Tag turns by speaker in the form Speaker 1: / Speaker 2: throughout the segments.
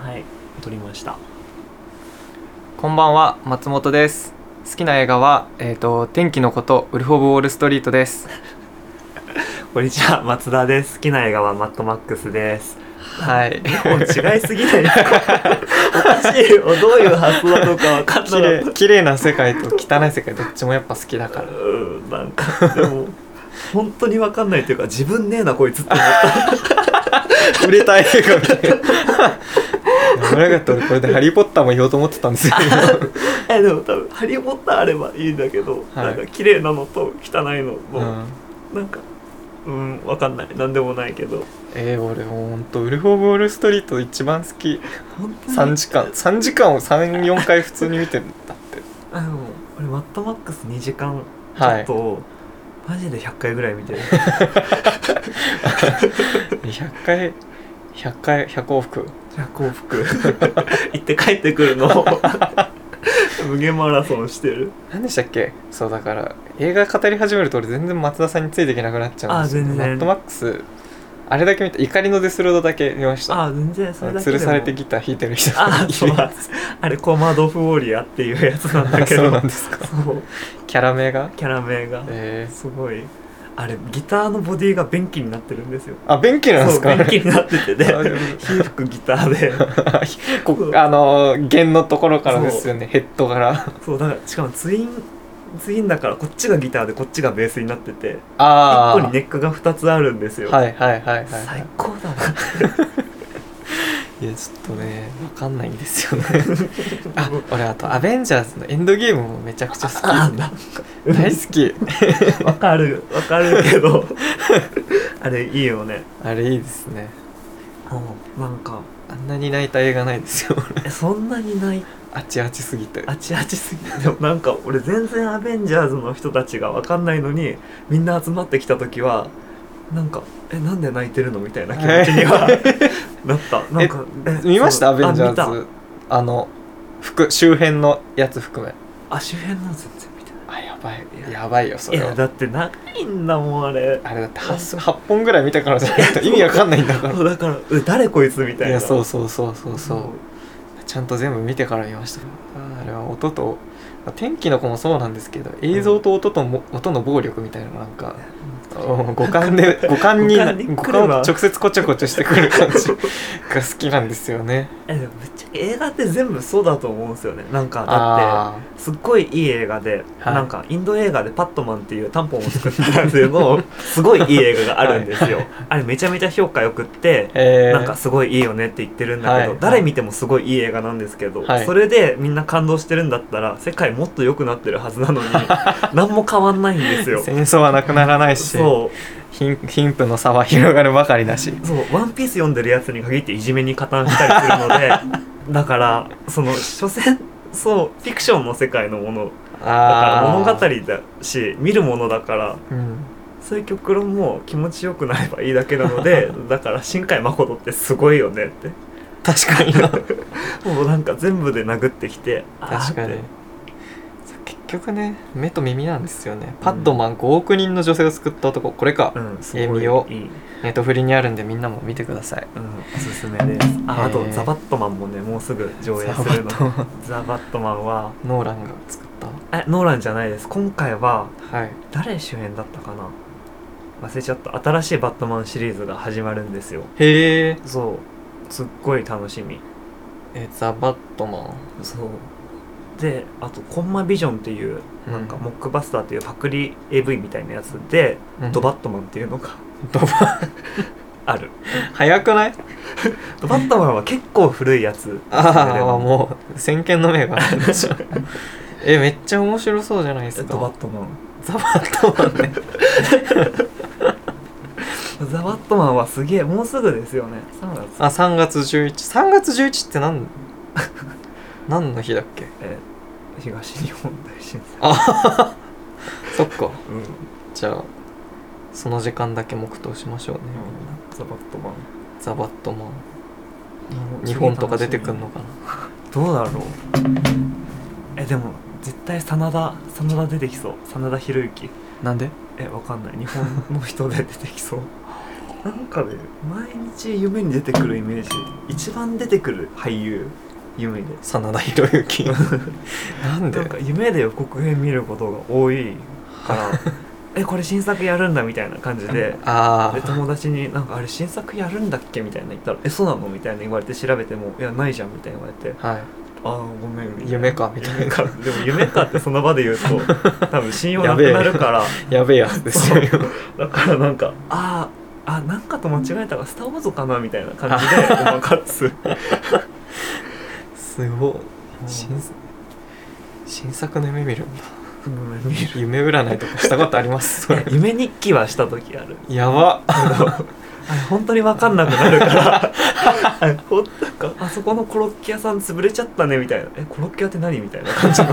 Speaker 1: はい撮りました
Speaker 2: こんばんは松本です好きな映画は、えー、と天気のことウルフ・オブ・ウォール・ストリート です
Speaker 1: こんにちは松田です好きな映画はマットマックスです
Speaker 2: はい
Speaker 1: もう違いすぎないですかおかしいよどういう発想なのか分かん
Speaker 2: 綺
Speaker 1: なか
Speaker 2: 麗
Speaker 1: っ
Speaker 2: 綺麗な世界と汚い世界どっちもやっぱ好きだ
Speaker 1: た
Speaker 2: か
Speaker 1: う
Speaker 2: ら
Speaker 1: んなんかでも本当に分かんないというか自分ねえなこいつって思った
Speaker 2: 売れた映画 みたいな危なかった俺これで「ハリー・ポッター」も言おうと思ってたん ですよ
Speaker 1: えでも多分「ハリー・ポッター」あればいいんだけど、
Speaker 2: はい
Speaker 1: なんか綺麗なのと汚いの
Speaker 2: う
Speaker 1: も、
Speaker 2: ん
Speaker 1: なんかうん分かんない何でもないけど
Speaker 2: えー、俺もうほんとウルフ・オブ・ウォール・ストリート一番好き
Speaker 1: 本当
Speaker 2: 3
Speaker 1: に
Speaker 2: 時間3時間を34回普通に見てるんだって
Speaker 1: あの俺マットマックス2時間ちょ
Speaker 2: は
Speaker 1: っ
Speaker 2: い
Speaker 1: と、マジで100回ぐらい見てる
Speaker 2: 100回100回100往復
Speaker 1: 100往復 行って帰ってくるのを 無限マラソンしてる
Speaker 2: 何でしたっけそうだから映画語り始めると俺全然松田さんについていけなくなっちゃうんですよ、
Speaker 1: あ全然
Speaker 2: マットマックスあれだけ見た怒りのデスロードだけ見ました
Speaker 1: ああ全然それだけ
Speaker 2: 吊
Speaker 1: で
Speaker 2: る
Speaker 1: も
Speaker 2: されてギター弾いてる人
Speaker 1: ああ そう
Speaker 2: あ
Speaker 1: あれコマドフウォリアっていうやつなんだけ
Speaker 2: そ
Speaker 1: ど
Speaker 2: うなんですか
Speaker 1: そう
Speaker 2: キャラ名が
Speaker 1: キャラ名が
Speaker 2: え
Speaker 1: すごいあれギターのボディが便器になってるんですよ
Speaker 2: ー、あ便器なんですか
Speaker 1: そう便器になっててで
Speaker 2: あでも
Speaker 1: 火吹くギターで
Speaker 2: こ
Speaker 1: そう
Speaker 2: あのー弦のところからですよねヘッドから
Speaker 1: そうだからしかもツインツインだからこっちがギターでこっちがベースになってて1
Speaker 2: あ
Speaker 1: 個
Speaker 2: あ
Speaker 1: にネックが2つあるんですよ、
Speaker 2: はいはいはいはい、は
Speaker 1: 最
Speaker 2: い
Speaker 1: 高だな
Speaker 2: いやちょっとねわかんないんですよ ねあ俺あと「アベンジャーズ」のエンドゲームもめちゃくちゃ好き
Speaker 1: あなんか
Speaker 2: 大好き
Speaker 1: わかるわかるけ どあれいいよね
Speaker 2: あれいいですね
Speaker 1: なんか
Speaker 2: あんなに泣いた映画ないですよ 俺
Speaker 1: えそんなにない
Speaker 2: あちあちすぎて
Speaker 1: あちあちすぎてでもなんか俺全然アベンジャーズの人たちがわかんないのにみんな集まってきた時はなんかえなんで泣いてるのみたいな気持ちにはなったなんかえ
Speaker 2: 見ました「ア
Speaker 1: そう
Speaker 2: ベンジ
Speaker 1: あ
Speaker 2: ャー
Speaker 1: 見た
Speaker 2: ズ」あの服周辺のやつ含め
Speaker 1: あ周辺の全然見て
Speaker 2: あやばいやばいよそ
Speaker 1: ないい
Speaker 2: れ
Speaker 1: や
Speaker 2: は
Speaker 1: だってないんだもんあれ
Speaker 2: あれだって 8, 本ぐらい見たからじゃないと意味わかんないんだか
Speaker 1: そうだからえ誰こいつみた
Speaker 2: ら
Speaker 1: い
Speaker 2: い
Speaker 1: な
Speaker 2: やそう
Speaker 1: そ
Speaker 2: そうそうそうそうちゃんと全部見てから見ましたあーあれは音と天気の子もそうなんですけど映像と音とも、音の暴力みたいななんかうん五 感で五感に
Speaker 1: 五感に来る
Speaker 2: 五
Speaker 1: わ
Speaker 2: 感を直接こちょこちょしてくる感じが好きなんですよね
Speaker 1: えでもぶっちゃけ映画って全部そうだと思うんですよねなんか だっ
Speaker 2: あ
Speaker 1: てすっごいいい映画で、
Speaker 2: はい
Speaker 1: なんかインド映画で「パットマン」っていうタンポンを作ったんですけ どすごいいい映画があるんですよ、あれめちゃめちゃ評価よくって
Speaker 2: ー、えー、
Speaker 1: なんかすごいいいよねって言ってるんだけど、
Speaker 2: はい
Speaker 1: 誰見てもすごいいい映画なんですけど、
Speaker 2: はい
Speaker 1: それでみんな感動してるんだったら世界もっと良くなってるはずな のに何も変わんないんですよ
Speaker 2: 戦争はなくならないし
Speaker 1: そう
Speaker 2: 貧貧富の差は広がるばかりだし
Speaker 1: そう「ワンピース読んでるやつに限っていじめに加担したりするの でだからその所詮そうフィクションの世界のものだから
Speaker 2: あ
Speaker 1: 物
Speaker 2: ー
Speaker 1: 語だし見るものだから
Speaker 2: うん、
Speaker 1: そういう極論も気持ちよくなればいいだけなの でだから新海誠ってすごいよねって
Speaker 2: 確か にな確
Speaker 1: もうなんか全部で殴ってきて
Speaker 2: か
Speaker 1: あーっ
Speaker 2: に
Speaker 1: て
Speaker 2: そう結局ね目と耳なんですよねパッドマン5億人の女性を救った男これか、
Speaker 1: うんす
Speaker 2: え
Speaker 1: ごい
Speaker 2: みを
Speaker 1: いい、うん、
Speaker 2: ネットフリにあるんでみんなも見てください
Speaker 1: おすすめですああと
Speaker 2: えー
Speaker 1: ザ・バットマンもねもうすぐ上映
Speaker 2: ザ
Speaker 1: するの
Speaker 2: バットマン
Speaker 1: ザ・バットマンは
Speaker 2: ノーランが作っ
Speaker 1: えノーランじゃないです今回は
Speaker 2: たはい
Speaker 1: 誰主演だったかな忘れちゃった新しいバットマンシリーズが始まるんですよ
Speaker 2: へえ
Speaker 1: そうすっごい楽しみ
Speaker 2: えザ・バットマン
Speaker 1: そうであとコンマビジョンっていう
Speaker 2: うん
Speaker 1: なんかモックバスターっていうパクリ AV みたいなやつで、ドバ
Speaker 2: ッ
Speaker 1: ットマンっていうのが
Speaker 2: ドバ
Speaker 1: ある
Speaker 2: 早くない
Speaker 1: ドバットマンは結構古いやつ
Speaker 2: あ
Speaker 1: で
Speaker 2: あ
Speaker 1: も
Speaker 2: もう先見の明 があるでしょえめっちゃ面白そうじゃないです
Speaker 1: ドバッ
Speaker 2: か
Speaker 1: トマン
Speaker 2: ザ・バットマンね
Speaker 1: ザ・バットマンはすげえもうすぐですよね3月
Speaker 2: あ3月113月11って何何の日だっけ
Speaker 1: えー東日本大震災
Speaker 2: あそっ
Speaker 1: うん、
Speaker 2: か
Speaker 1: うん、
Speaker 2: じゃあその時間だけ黙祷しましょうね、
Speaker 1: ザ・バットマン
Speaker 2: ザ・バットマン日本とか出てくんのかな
Speaker 1: どうだろうえでも絶対真田真田出てきそう真田広之
Speaker 2: なんで
Speaker 1: えわかんない日本の人で出てきそうなんかね毎日夢に出てくるイメージ一番出てくる俳優夢で
Speaker 2: 真田 広之なんで
Speaker 1: なんか夢で予告編見ることが多いから えこれ新作やるんだみたいな感じで
Speaker 2: あ
Speaker 1: で友達になんかあれ新作やるんだっけみたいな言ったらえそうなのみたいな言われて調べてもいやないじゃんみたいな言われて
Speaker 2: あはい
Speaker 1: ああごめんみたいな
Speaker 2: 夢かみたいな
Speaker 1: 夢か でも夢かってその場で言う と多分信用なくなるから
Speaker 2: やべえやつで すよ
Speaker 1: そうだからなんかあーあなんかと間違えたが「スター・ウォーズ」かなみたいな感じで ごまかす
Speaker 2: すごい新新作の夢見るんだ
Speaker 1: うん見る
Speaker 2: 夢占いとかしたことあります それ
Speaker 1: 夢日記はした時ある
Speaker 2: やば
Speaker 1: あれ本当に分かんなくなるから あれほんなんかあそこのコロッケ屋さん潰れちゃったねみたいな「えコロッケ屋って何?」みたいな感 じの「 え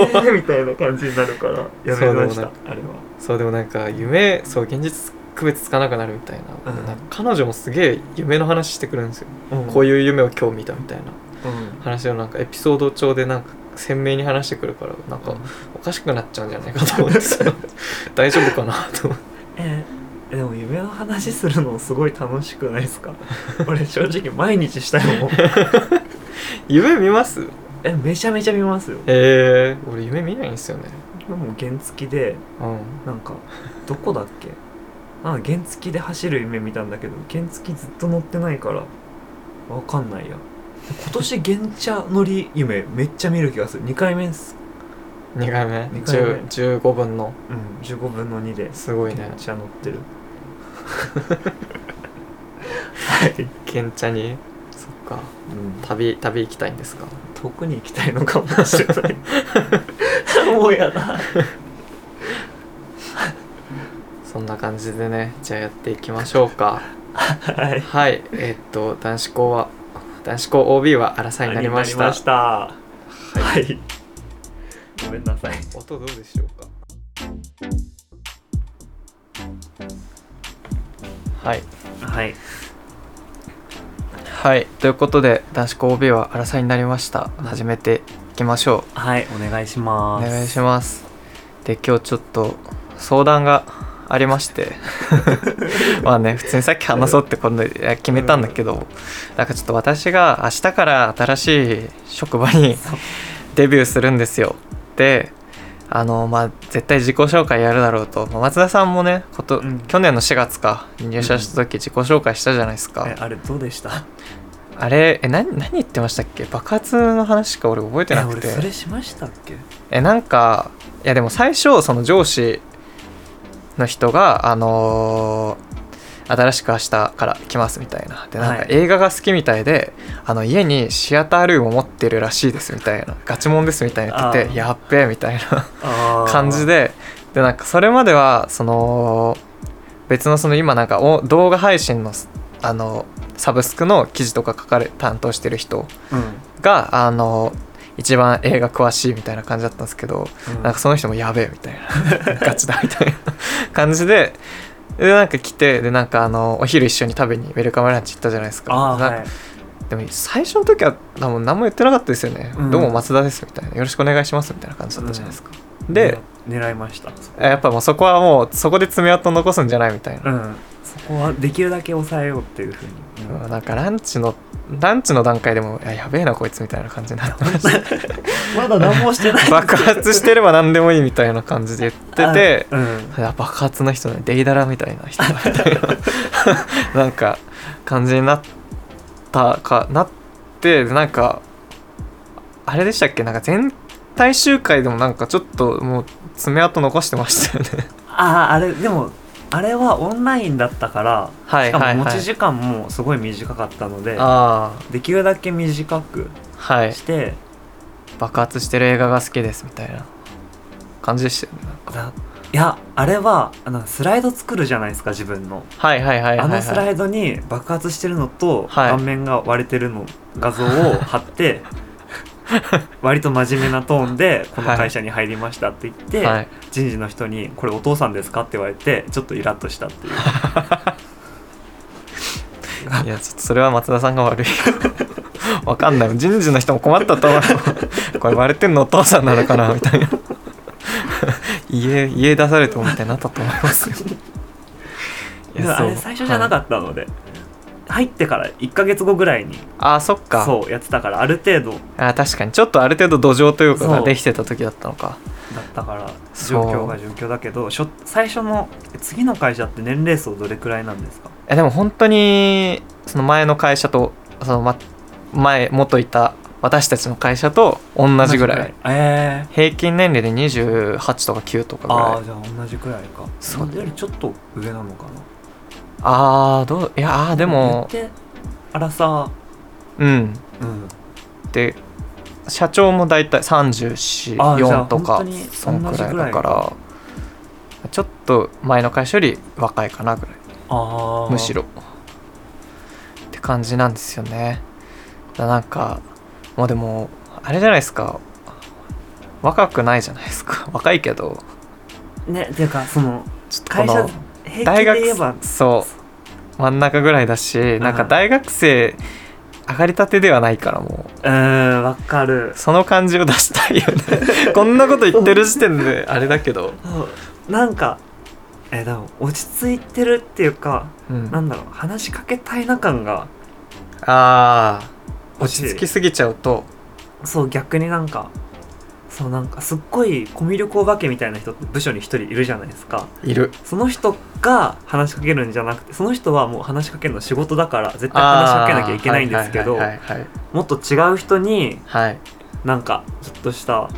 Speaker 1: ーみたいな感じになるからやめまし
Speaker 2: そうだ
Speaker 1: たあ
Speaker 2: ね
Speaker 1: れは。
Speaker 2: そうでもなんか夢そう現実区別つかなくなるみたいな,、
Speaker 1: うん
Speaker 2: なんか彼女もすげえ夢の話してくるんですよ、こう
Speaker 1: い
Speaker 2: いう夢を今日見たみたいな
Speaker 1: うん、
Speaker 2: 話をなんかエピソード調でなんか鮮明に話してくるからなんかおかしくなっちゃうんじゃないかと思ってさ 大丈夫かなと思って
Speaker 1: えーでも夢の話するのすごい楽しくないですか 俺正直毎日したい もん
Speaker 2: 夢見ます
Speaker 1: えめちゃめちゃ見ますよ
Speaker 2: えー、俺夢見ないんですよね
Speaker 1: でも原付で
Speaker 2: うん
Speaker 1: なんかどこだっけあ原付で走る夢見たんだけど原付ずっと乗ってないからわかんないや今年原茶乗り夢めっちゃ見る気がする2回目っす、
Speaker 2: 2回目
Speaker 1: 二回目
Speaker 2: 10 15分の
Speaker 1: うん、15分の2です
Speaker 2: すごいね
Speaker 1: 原茶乗って るはい、
Speaker 2: ケンチャにそっか
Speaker 1: うん、
Speaker 2: 旅旅行きたいんですか
Speaker 1: 遠くに行きたいのかもしれない もうやだ
Speaker 2: そんな感じでねじゃあやっていきましょうか
Speaker 1: はい
Speaker 2: はい、えっと男子校は男子校 OB は争いになりました。
Speaker 1: なりましたはい、ごめんなさい
Speaker 2: 音どうでしょうか。はい、
Speaker 1: はい
Speaker 2: はい、ということで男子校 OB は争いになりました。始めていきましょ
Speaker 1: はいお願いし
Speaker 2: う。
Speaker 1: ま
Speaker 2: お
Speaker 1: す
Speaker 2: 願いします。で今日ちょっと相談があり まして、まあね普通にさっき話そうって今度決めたんだけど、なんかちょっと私が明日から新しい職場に
Speaker 1: そう
Speaker 2: デビューするんですよであのまあ絶対自己紹介やるだろうとまあ松田さんもねこと、
Speaker 1: うん
Speaker 2: 去年の4月か入社した時自己紹介したじゃないですか、
Speaker 1: えあれどうでした
Speaker 2: あれえ何何言ってましたっけ爆発の話しか俺覚えて
Speaker 1: え
Speaker 2: なく
Speaker 1: 俺
Speaker 2: て
Speaker 1: それしましたっけ
Speaker 2: えなんかいやでも最初その上司の人があのー新しく明日から来ますみたいなでなん
Speaker 1: は
Speaker 2: か
Speaker 1: い
Speaker 2: 映画が好きみたいで、あの家にシアタールームを持ってるらしいですみたいなガチモンですみたいな言って
Speaker 1: あー
Speaker 2: てやっべえみたいな
Speaker 1: 感
Speaker 2: 感じででなんかそれまではその別のその今なんかお動画配信のあのサブスクの記事とか書かれ担当してる人
Speaker 1: うん、
Speaker 2: があの一番映画詳しいみたいな感じだったんですけどなんかその人もやべえみたいな ガチだみたいな感じで。でなんか来てでなんかあのお昼一緒に食べにウェルカムランチ行ったじゃないですか
Speaker 1: ああ
Speaker 2: なん
Speaker 1: はい
Speaker 2: かでも最初の時は多分何も言ってなかったですよね、
Speaker 1: うん
Speaker 2: どうも松田ですみたいなよろしくお願いしますみたいな感じだったじゃないですか、で、
Speaker 1: 狙いました
Speaker 2: やっぱもうそこはもうそこで爪痕残すんじゃないみたいな、
Speaker 1: うんそこはできるだけ抑えようっていうふうに、うん
Speaker 2: うんなんかランチのランチの段階でもいややべえなこいつみたいな感じになってました
Speaker 1: まだ何もしてない
Speaker 2: 爆発してれば何でもいいみたいな感じで言ってて
Speaker 1: あうん
Speaker 2: いや爆発の人ねデイダラみたいな人 だみたいななんか感じになったかなってでなんかあれでしたっけなんか全体集会でもなんかちょっともう爪痕残してましたよ ね
Speaker 1: あああれでもあれはオンラインだったから
Speaker 2: はい
Speaker 1: しか
Speaker 2: はい
Speaker 1: も
Speaker 2: は
Speaker 1: 持ち
Speaker 2: い
Speaker 1: 時間もすごい短かったので、
Speaker 2: あ
Speaker 1: できるだけ短く
Speaker 2: あはい
Speaker 1: して
Speaker 2: 爆発してる映画が好きですみたいな感じでしたよねなんか
Speaker 1: だいやあれはあのスライド作るじゃないですか自分の、
Speaker 2: はいはいはいはい、はい、
Speaker 1: あのスライドに爆発してるのと、
Speaker 2: はい
Speaker 1: 顔面が割れてるの画 像を貼って割と真面目なトーンで「この会社に入りました」って言って、
Speaker 2: はい、
Speaker 1: 人事の人に「これお父さんですか?」って言われてちょっとイラッとしたっていう
Speaker 2: いやちょっとそれは松田さんが悪い わかんない人事の人も困ったと思うこれ割れてんのお父さんなのかなみたいな家家出されてもみたいになったと思いますよいや
Speaker 1: だからあれ
Speaker 2: そう
Speaker 1: 最初じゃなかったので、入ってから1か月後ぐらいに
Speaker 2: あーそっか
Speaker 1: そうやってたからある程度だ
Speaker 2: あー確かにちょっとある程度土壌というかが
Speaker 1: そう
Speaker 2: できてた時だったのか
Speaker 1: ったから
Speaker 2: そ
Speaker 1: 状
Speaker 2: う
Speaker 1: 況が状況だけど初最初のえ次の会社って年齢層どれくらいなんですか
Speaker 2: えでも本当にその前の会社とその、ま、前元いた私たちの会社と同じぐらい
Speaker 1: ええ
Speaker 2: 平均年齢で28とか9とかぐらい
Speaker 1: ああじゃあ同じくらいか
Speaker 2: そう
Speaker 1: それよりちょっと上なのかな
Speaker 2: ああーどういやあーでも
Speaker 1: 言ってあらさ
Speaker 2: うん
Speaker 1: うん
Speaker 2: で社長も大体
Speaker 1: あーじゃあ
Speaker 2: 344とか
Speaker 1: 本当に
Speaker 2: そのくら
Speaker 1: 同
Speaker 2: いだ
Speaker 1: じ
Speaker 2: か
Speaker 1: ぐ
Speaker 2: らちょっと前の会社より若いかなぐらい
Speaker 1: ああ
Speaker 2: むしろって感じなんですよねだからなんかもうでもあれじゃないですか若くないじゃないですか 若いけど
Speaker 1: ねていうかその
Speaker 2: ちょっとこ
Speaker 1: 会社
Speaker 2: の
Speaker 1: 平均で
Speaker 2: 大学
Speaker 1: 言えば
Speaker 2: そう真ん中ぐらいだしなんか
Speaker 1: うん
Speaker 2: 大学生上がりたてではないからも
Speaker 1: うーんわかる
Speaker 2: うその感じを出したいよね こんなこと言ってる時点であれだけど、
Speaker 1: そうなんかえでも落ち着いてるっていうか
Speaker 2: うん、
Speaker 1: な
Speaker 2: あ
Speaker 1: んだろう話しかけたいな感が
Speaker 2: あー
Speaker 1: 欲しい
Speaker 2: 落ち着きすぎちゃうと
Speaker 1: そう逆になんかそうなんかすっごいコミュ力お化けみたいな人って部署に一人いるじゃないですか
Speaker 2: いる
Speaker 1: その人が話しかけるんじゃなくてその人はもう話しかけるの仕事だから絶対話しかけなきゃいけないんですけど
Speaker 2: あーはいはいはい
Speaker 1: もっと違う人に
Speaker 2: はい、はい
Speaker 1: なんかちょっとした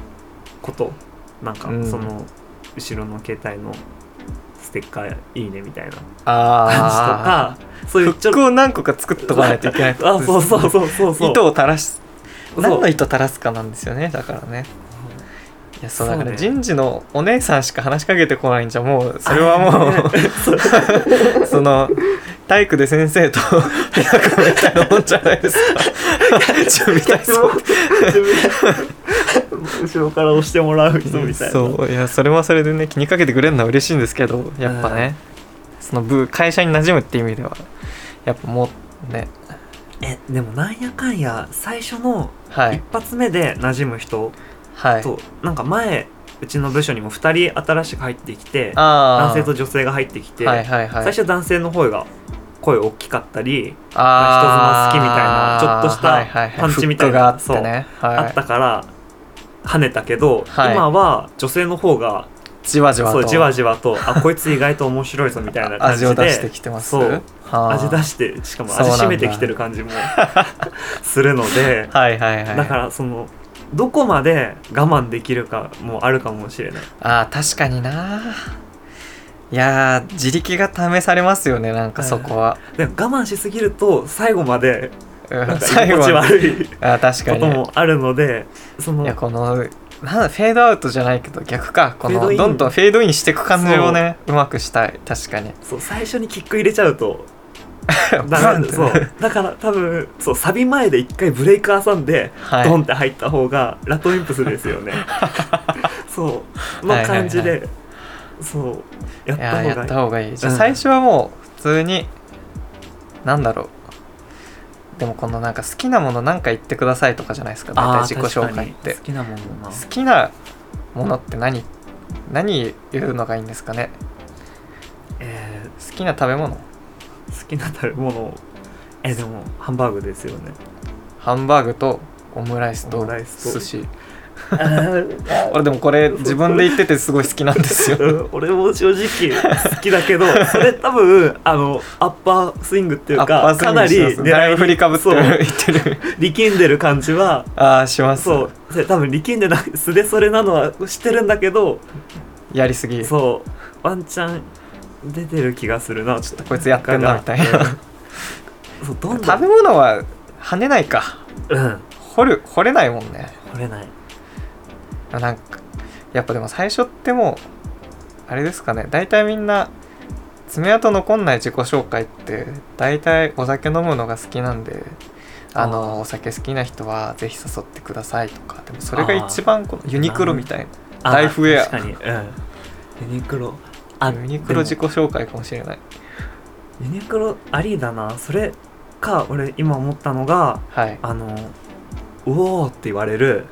Speaker 1: ことなんか
Speaker 2: うん
Speaker 1: その後ろの携帯のステッカーいいねみたいな
Speaker 2: あ
Speaker 1: 感じと
Speaker 2: あ
Speaker 1: かそういうち
Speaker 2: フ
Speaker 1: ょっ
Speaker 2: ックを何個か作っとかないといけない
Speaker 1: とあそうそうそうそうそう
Speaker 2: 糸を垂らす
Speaker 1: そう
Speaker 2: 何の糸垂らすかなんですよねだからねいやそう
Speaker 1: そ
Speaker 2: だ
Speaker 1: うね
Speaker 2: から人事のお姉さんしか話しかけてこないんじゃもうそれはも
Speaker 1: そう
Speaker 2: う その体育で先生と早くみたいなもんじゃないですか準備体操
Speaker 1: 後ろから押してもらう人みたいな
Speaker 2: そういやそれはそれでね気にかけてくれるのは嬉しいんですけどやっぱねその部会社に馴染むって意味ではやっぱもうね
Speaker 1: えでもなんやかんや最初の
Speaker 2: はい
Speaker 1: 一発目で馴染む人
Speaker 2: はい
Speaker 1: と、なんか前うちの部署にも2人新しく入ってきて
Speaker 2: あ
Speaker 1: 男性
Speaker 2: ー
Speaker 1: と女性が入ってきて、
Speaker 2: はいはいはい
Speaker 1: 最初男性の方が声大きかったり
Speaker 2: あー
Speaker 1: 人妻好きみたいなちょっとした
Speaker 2: はいはいはい
Speaker 1: パンチみたいな
Speaker 2: フックがあってね、
Speaker 1: あ
Speaker 2: は
Speaker 1: ったから跳ねたけど、
Speaker 2: はい
Speaker 1: 今は女性の方が
Speaker 2: い、じわじわと
Speaker 1: そうじわじわとあこいつ意外と面白いぞみたいな感じ
Speaker 2: 味
Speaker 1: で
Speaker 2: を出してきてます
Speaker 1: そう
Speaker 2: はあ
Speaker 1: 味出してしかも味
Speaker 2: そうなんだ
Speaker 1: しめてきてる感じも するので
Speaker 2: はいはいはい
Speaker 1: だからそのどこまで我慢できるかもあるかもしれない
Speaker 2: あー確かにないやー自力が試されますよねなんかそこは、
Speaker 1: でも我慢しすぎると最後まで
Speaker 2: うん
Speaker 1: なんか居
Speaker 2: 最後
Speaker 1: 心地
Speaker 2: は
Speaker 1: 悪い
Speaker 2: あー確
Speaker 1: こと
Speaker 2: かに
Speaker 1: もあるのでその
Speaker 2: いやこのなんだフェードアウトじゃないけど逆かこ
Speaker 1: フェード
Speaker 2: の
Speaker 1: イン
Speaker 2: どんどんフェードインしていく感じをねうまくしたい確かに
Speaker 1: そう最初にキック入れちゃうと
Speaker 2: ブ
Speaker 1: だ
Speaker 2: ワ
Speaker 1: か
Speaker 2: ン
Speaker 1: ら
Speaker 2: って
Speaker 1: そうだから多分そうサビ前で一回ブレイク挟んで、
Speaker 2: はい
Speaker 1: ドンって入った方がラトウィンプスです よねそうの感じで、
Speaker 2: はい
Speaker 1: そうやっ
Speaker 2: いや
Speaker 1: た方
Speaker 2: や
Speaker 1: が
Speaker 2: っ
Speaker 1: いい
Speaker 2: た方がいいじゃあ
Speaker 1: うん
Speaker 2: 最初はもう普通に、なんだろうでもこのなんか好きなものなんか言ってくださいとかじゃないですか
Speaker 1: あ
Speaker 2: 大
Speaker 1: ー
Speaker 2: 体自己紹介
Speaker 1: 確
Speaker 2: っ
Speaker 1: かに
Speaker 2: て
Speaker 1: 好きなものな
Speaker 2: 好きなものって何何言うのがいいんですかね
Speaker 1: えー
Speaker 2: 好きな食べ物
Speaker 1: 好きな食べ物えでもハンバーグですよ ね
Speaker 2: ハンバーグとオムライス
Speaker 1: オ
Speaker 2: と
Speaker 1: ムライスと
Speaker 2: 寿司
Speaker 1: あー
Speaker 2: 俺でもこれ自分で言っててすごい好きなんですよ
Speaker 1: うん俺も正直好きだけどそれ多分あのアッパースイングっていう
Speaker 2: ア
Speaker 1: か
Speaker 2: ッパースイ
Speaker 1: か
Speaker 2: ン
Speaker 1: な
Speaker 2: グ
Speaker 1: り
Speaker 2: してますだいぶ振りかぶって
Speaker 1: そう
Speaker 2: る言ってる
Speaker 1: 力んでる感じは
Speaker 2: ああします
Speaker 1: そうそれ多分力んでない素でそれなのは知ってるんだけど
Speaker 2: やりすぎ
Speaker 1: そうワンチャン出てる気がするなちょっと
Speaker 2: こいつやってんなみたいな
Speaker 1: そうどんど
Speaker 2: 食
Speaker 1: ん
Speaker 2: べ物は跳ねないか
Speaker 1: うん
Speaker 2: 掘る掘れないもんね
Speaker 1: 取れない
Speaker 2: なんかやっぱでも最初ってもうあれですかね大体みんな爪痕残んない自己紹介って大体お酒飲むのが好きなんであ
Speaker 1: あー
Speaker 2: のお酒好きな人はぜひ誘ってくださいとかでもそれが一番このユニクロみたい
Speaker 1: あ
Speaker 2: なライフウェ
Speaker 1: 確かにうんユニクロあ
Speaker 2: アユニクロ
Speaker 1: で
Speaker 2: 自己
Speaker 1: も
Speaker 2: 紹介かもしれない
Speaker 1: ユニクロありだなそれか俺今思ったのが
Speaker 2: はい
Speaker 1: あの「うおー」って言われる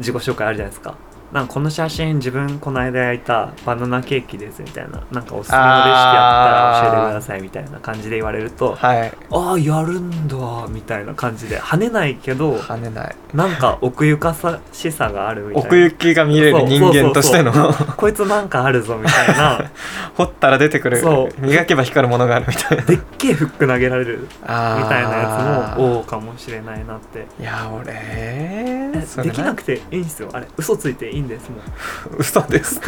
Speaker 1: 自己紹介あるじゃないですかなんかこの写真自分この間焼いたバナナケーキですみたいななんかおすすめのレシピあったら教えてくださいみたいな感じで言われると
Speaker 2: はい
Speaker 1: ああやるんだみたいな感じで跳ねないけど
Speaker 2: 跳ねない
Speaker 1: なんか奥ゆかさしさがあるみたいな
Speaker 2: 奥行きが見れる人間としての
Speaker 1: こいつなんかあるぞみたいな
Speaker 2: 掘ったら出てくる
Speaker 1: そう
Speaker 2: 磨けば光るものがあるみたいな
Speaker 1: でっけえフック投げられるみ
Speaker 2: あー
Speaker 1: たいなやつもおおかもしれないなって
Speaker 2: いや俺
Speaker 1: えできなく
Speaker 2: て
Speaker 1: ていいんですよあれ嘘ついていいんですもん
Speaker 2: 嘘です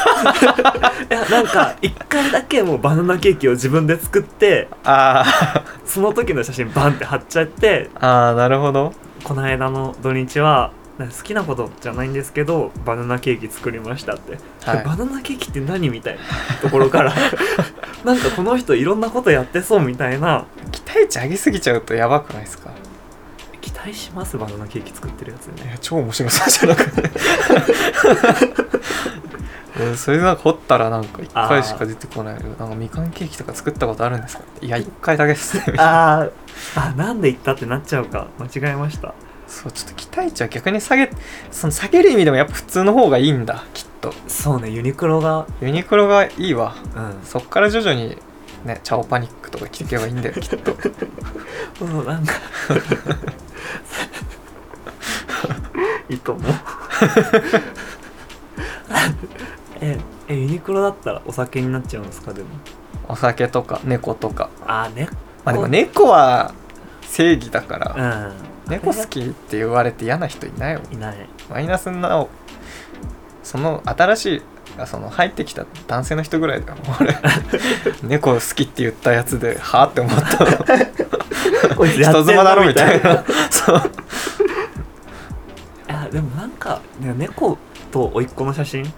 Speaker 1: いやなんか一回だけもうバナナケーキを自分で作って
Speaker 2: あー
Speaker 1: その時の写真バンって貼っちゃって
Speaker 2: あーなるほど
Speaker 1: この間の土日はなんか好きなことじゃないんですけどバナナケーキ作りましたって、
Speaker 2: はい
Speaker 1: でバナナケーキって何みたいな ところからなんかこの人いろんなことやってそうみたいな
Speaker 2: 期待値上げすぎちゃうとやばくないですか
Speaker 1: 期待しますバナナケーキ作ってるやつ
Speaker 2: い
Speaker 1: ね
Speaker 2: や超面白そうじゃなくて えーそれなんか掘ったらなんか1回しか出てこないけどなんかみかんケーキとか作ったことあるんですかいや1回だけですね
Speaker 1: あーあなんで言ったってなっちゃうか間違えました
Speaker 2: そうちょっと期待値は逆に下げその下げる意味でもやっぱ普通の方がいいんだきっと
Speaker 1: そうねユニクロが
Speaker 2: ユニクロがいいわ
Speaker 1: うん
Speaker 2: そっから徐々にねチャオパニックとか着てけばいいんだよきっと
Speaker 1: そうなんかいいと思う ええユニクロだったらお酒になっちゃうんですかでも
Speaker 2: お酒とか猫とか
Speaker 1: あーね
Speaker 2: まあでも猫は正義だか
Speaker 1: う
Speaker 2: ら
Speaker 1: ん
Speaker 2: 猫好きって言われて嫌な人いないよ
Speaker 1: いない
Speaker 2: マイナスなおその新しいあその入ってきた男性の人ぐらいだよ 俺猫好きって言ったやつではあって思ったの
Speaker 1: こいつや
Speaker 2: 人
Speaker 1: ってん
Speaker 2: 妻だ
Speaker 1: な
Speaker 2: ろ
Speaker 1: み
Speaker 2: み
Speaker 1: た
Speaker 2: た
Speaker 1: い
Speaker 2: い
Speaker 1: な
Speaker 2: な そう
Speaker 1: あでもなんか、ね、猫と甥っ子の写真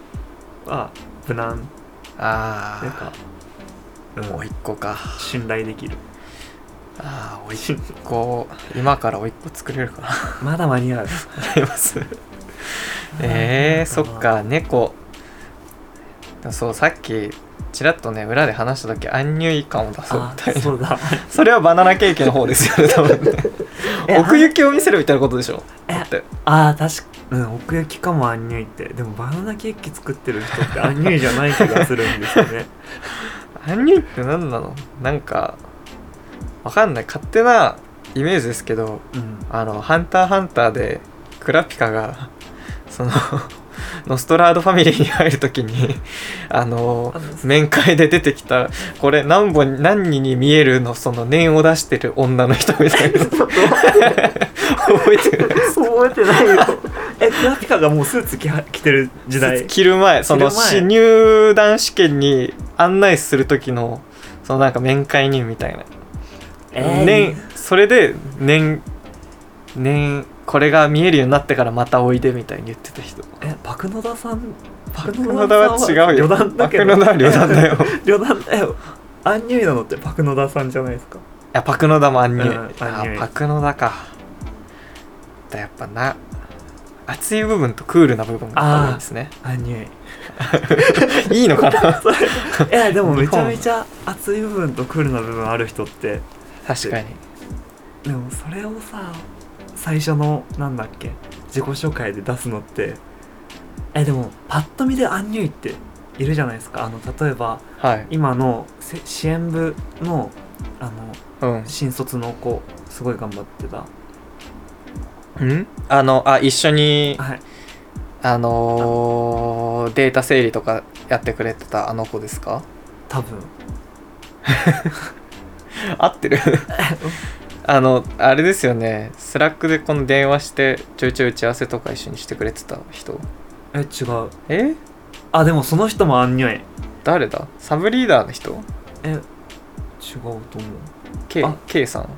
Speaker 1: は無難っていう
Speaker 2: あ
Speaker 1: か、
Speaker 2: あ
Speaker 1: うん
Speaker 2: おいっ子か
Speaker 1: 信頼できる
Speaker 2: ああおいっ 子今からおいっ子作れるかな
Speaker 1: まだ間に合う
Speaker 2: あります えー、そっか猫そうさっきちらっとね裏で話した時安入イ感を出そうみ
Speaker 1: あ
Speaker 2: たいな
Speaker 1: そうだ
Speaker 2: それはバナナケーキの方で すよね多分ね
Speaker 1: え
Speaker 2: 奥行きを見せるみたいなことでしょ
Speaker 1: え
Speaker 2: だって
Speaker 1: あー確かうん奥行きかもアンニュイってでもバナナケーキ作ってる人ってアンニュイじゃない気がするんですよ ね
Speaker 2: 安入って何なのなんかわかんない勝手なイメージですけど
Speaker 1: うん
Speaker 2: あの「ハンターハンター」でクラピカがその ノストラードファミリーに入るときにあの
Speaker 1: あの
Speaker 2: 面会で出てきたこれ何本何人に見えるのその念を出してる女の人みたいな覚えてる
Speaker 1: 覚えてないよ えクラピカがもうスーツ着は着てる時代
Speaker 2: 切る前その
Speaker 1: 着る前
Speaker 2: し入団試験に案内する時のそのなんか面会人みたいな、年それで年年これが見えるようになってからまたおいでみたいに言って た人
Speaker 1: えパクノダさんパ
Speaker 2: パクノダは違うよ
Speaker 1: 旅団だ
Speaker 2: パ
Speaker 1: け
Speaker 2: ク
Speaker 1: ど
Speaker 2: ノダは旅団だ よい
Speaker 1: 旅団だよアンニュイなのって パクノダさんじゃないですか
Speaker 2: やパクノダも安入、
Speaker 1: うん
Speaker 2: あ
Speaker 1: 安入
Speaker 2: パクノダかだやっぱな熱い部分とクールな部分があるんですね
Speaker 1: アンニュイ
Speaker 2: いいのか な
Speaker 1: いやでもめちゃめちゃ熱い部分とクールな部分ある人って
Speaker 2: 確かに
Speaker 1: でもそれをさ最初のなんだっけ自己紹介で出すのってえでもパッと見でアンニュイっているじゃないですかあの例えば
Speaker 2: はい
Speaker 1: 今のせ支援部のあの
Speaker 2: うん
Speaker 1: 新卒の子すごい頑張ってた
Speaker 2: んあのあ一緒に
Speaker 1: はい
Speaker 2: あのー、データ整理とかやってくれてたあの子ですか
Speaker 1: 多分
Speaker 2: 合って るあのあれですよねスラックでこの電話してちょいちょい打ち合わせとか一緒にしてくれてた人
Speaker 1: え違う
Speaker 2: え
Speaker 1: あでもその人もアンニュイ
Speaker 2: 誰だサブリーダーの人
Speaker 1: え違うと思う
Speaker 2: K,
Speaker 1: あ
Speaker 2: K さん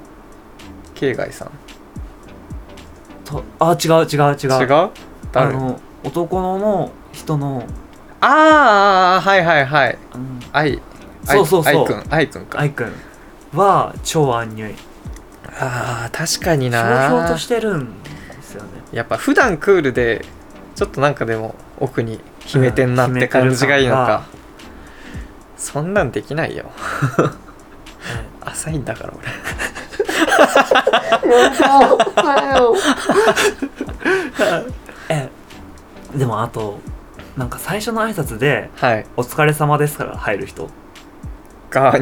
Speaker 2: K 外さん
Speaker 1: とあ違う違う違う
Speaker 2: 違う
Speaker 1: あ
Speaker 2: 誰あ
Speaker 1: の男の人の、
Speaker 2: あーはいはいはい
Speaker 1: うん、
Speaker 2: アイアイ
Speaker 1: そうそうそう
Speaker 2: アイくんアイくんか
Speaker 1: 愛くんは超アンニュイ
Speaker 2: あー確かに
Speaker 1: ひょ
Speaker 2: な
Speaker 1: うひょうとしてるんですよね
Speaker 2: やっぱ普段クールでちょっとなんかでも奥に秘めてんな
Speaker 1: う
Speaker 2: っ
Speaker 1: ん秘
Speaker 2: て
Speaker 1: めてる
Speaker 2: 感じがいいの
Speaker 1: 感が
Speaker 2: か、そんなんできないよ
Speaker 1: え
Speaker 2: 浅いんだから俺
Speaker 1: えでものあとなんか最初の挨拶で
Speaker 2: はい
Speaker 1: 「お疲れ様です」から入る人
Speaker 2: が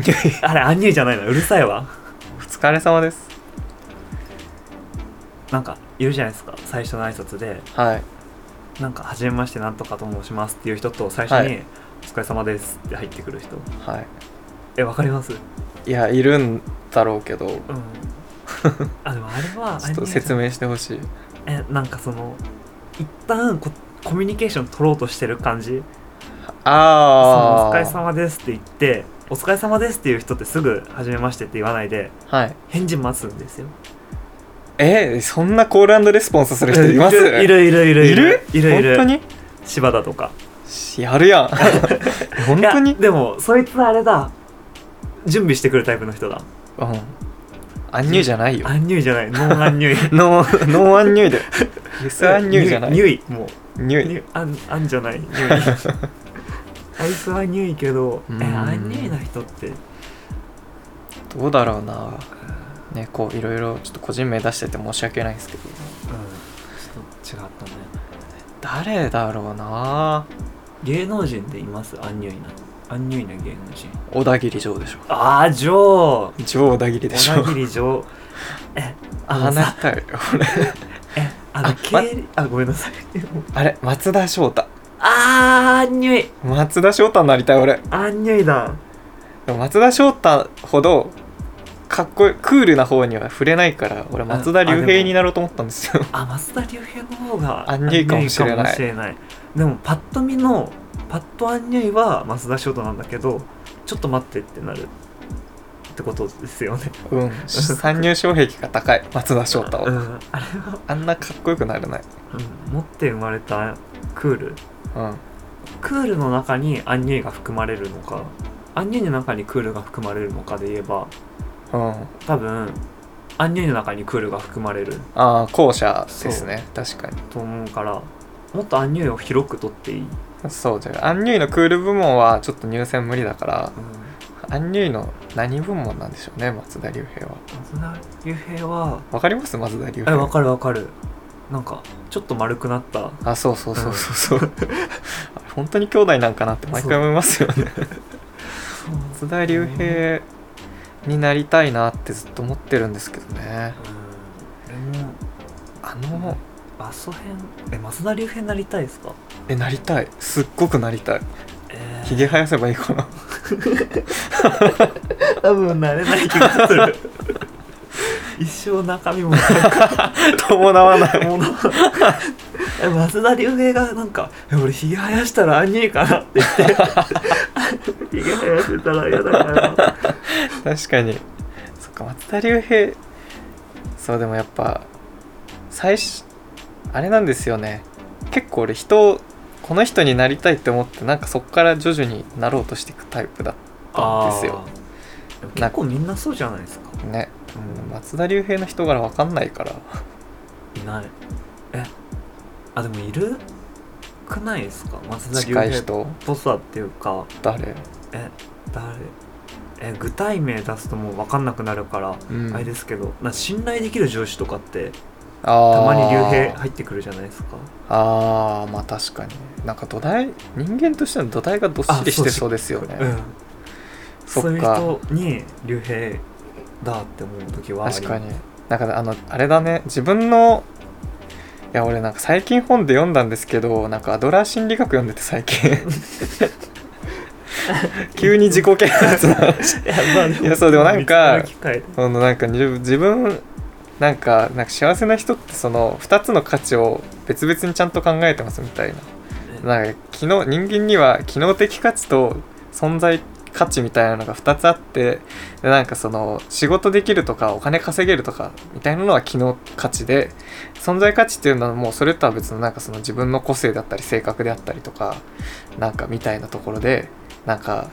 Speaker 1: あれアンニュイじゃないのうるさいわ
Speaker 2: お疲れ様です
Speaker 1: なんかいるじゃないですか最初の挨拶で
Speaker 2: はい
Speaker 1: 「なんか初めましてなんとかと申します」っていう人と最初に「
Speaker 2: は
Speaker 1: お疲れ様です」って入ってくる人
Speaker 2: は
Speaker 1: えわかります
Speaker 2: いいやいるんだろうけど
Speaker 1: うん あでもあれは
Speaker 2: ちょっと説
Speaker 1: 明
Speaker 2: 明してほしい
Speaker 1: えなんかその一旦こコミュニケーション取ろうとしてる感じその
Speaker 2: ああ
Speaker 1: お疲れ様ですって言ってお疲れ様ですっていう人ってすぐ初めましてって言わないで
Speaker 2: はい
Speaker 1: 返事待つんですよ
Speaker 2: えそんなコールレスポンスする人いま す
Speaker 1: いるいるいる
Speaker 2: いる
Speaker 1: いるいる
Speaker 2: 本当に
Speaker 1: 柴田とか
Speaker 2: やるやん 本当に
Speaker 1: いやでもそいつあれだ準備してくるタイプの人だ
Speaker 2: うんアンニュイじゃないよ
Speaker 1: アンニュイじゃないノンアンニュイ
Speaker 2: ノーノーアンニュイでイエスアンニュイじゃない
Speaker 1: ニ
Speaker 2: ニュ
Speaker 1: ュイもう
Speaker 2: イ
Speaker 1: ニュアンアンじゃ ないニュイあいつはニュイけど
Speaker 2: う
Speaker 1: え
Speaker 2: ん
Speaker 1: アンニュイな人って
Speaker 2: どうだろうなねこういろいろちょっと個人名出してて申し訳ないんですけど
Speaker 1: ちょっと違ったね
Speaker 2: 誰だろうな
Speaker 1: 芸能人でいますアンニュイなアンニュイな芸能人
Speaker 2: 小田切城でしょ
Speaker 1: ああジ ョー
Speaker 2: ジョー小田切でし
Speaker 1: 小
Speaker 2: ょ
Speaker 1: 田切ジョーえあ
Speaker 2: あ
Speaker 1: の
Speaker 2: な
Speaker 1: さ
Speaker 2: た よ
Speaker 1: えあの
Speaker 2: あ
Speaker 1: 経理あごめんなさい
Speaker 2: あれ松田翔太
Speaker 1: あーアンニュイ
Speaker 2: 松田翔太になりたい俺
Speaker 1: アンニュイだ
Speaker 2: でも松田翔太ほどかっこいいクールな方には触れないから俺松田龍平になろうと思ったんですよ
Speaker 1: あ松田龍平の方が
Speaker 2: アンニュイかもしれない
Speaker 1: アンニュイかもしれないでもパッと見のパッとアンニュイは増田翔太なんだけどちょっと待ってってなるってことですよね
Speaker 2: うん 参入障壁が高い松田翔太
Speaker 1: う
Speaker 2: は
Speaker 1: ん、あれは、
Speaker 2: あんなかっこよくなれない
Speaker 1: うん、持って生まれたクール
Speaker 2: うん
Speaker 1: クールの中にアンニュイが含まれるのかアンニュイの中にクールが含まれるのかで言えば
Speaker 2: うん
Speaker 1: 多分アンニュイの中にクールが含まれる
Speaker 2: ああ後者ですね確かに
Speaker 1: と思うからもっとアンニュイを広く取っていい、
Speaker 2: そうじゃアンニュイのクール部門はちょっと入選無理だから
Speaker 1: うん
Speaker 2: アンニュイの何部門なんでしょうね松田龍平は
Speaker 1: 松田龍平は
Speaker 2: わかります松田龍
Speaker 1: えわ
Speaker 2: 平
Speaker 1: かるわかるなんかちょっと丸くなった
Speaker 2: あそうそうそうそうそう あれ本当に兄弟なんかなって毎回思いますよね松田龍平になりたいなってずっと思ってるんですけどね
Speaker 1: うんでも
Speaker 2: あの
Speaker 1: あそ辺え松田龍平になりたいですか
Speaker 2: えなりたいすっごくなりたい
Speaker 1: え
Speaker 2: ひげ生やせばいい かな
Speaker 1: 多分なれない気がする一生中 身もなんか
Speaker 2: 伴わない
Speaker 1: ものえ松田龍平がなんか「え俺ひげ生やしたらあんにいかな」って言って ひげ生やしてたら嫌だから
Speaker 2: 確かにそっか松田龍平そうでもやっぱ最初あれなんですよね結構俺人をこの人になりたいって思ってなんかそっから徐々になろうとしていくタイプだったんですよ
Speaker 1: あー結構みんなそうじゃないですか、
Speaker 2: ね
Speaker 1: うん
Speaker 2: 松田龍平の人柄わかんないから
Speaker 1: いないえあでもいるくないですか松田龍
Speaker 2: 近い
Speaker 1: 平っ
Speaker 2: 人
Speaker 1: ぽさっていうか
Speaker 2: 誰
Speaker 1: 誰え具体名出すともう分かんなくなるから、
Speaker 2: うん
Speaker 1: あれですけどなんか信頼できる上司とかって
Speaker 2: あー
Speaker 1: たまに龍平入ってくるじゃないですか
Speaker 2: あーまあ確かになんか土台人間としての土台がどっしりしてそうですよね
Speaker 1: うん、
Speaker 2: そっか
Speaker 1: そういう人に龍平だって思う時はあり
Speaker 2: 確かになんかあのあれだね自分のいや俺なんか最近本で読んだんですけどなんかアドラー心理学読んでて最近 急に自己啓発の話
Speaker 1: いや,、まあ、でも
Speaker 2: いやそうでもなんか
Speaker 1: 見つかる機会
Speaker 2: あのなんか自自分なんかなんか幸せな人ってその2つの価値を別々にちゃんと考えてますみたいななんか機能人間には機能的価値と存在価値みたいなのが2つあってでなんかその仕事できるとかお金稼げるとかみたいなのは機能価値で存在価値っていうのはもうそれとは別のなんかその自分の個性だったり性格であったりとかなんかみたいなところでなんか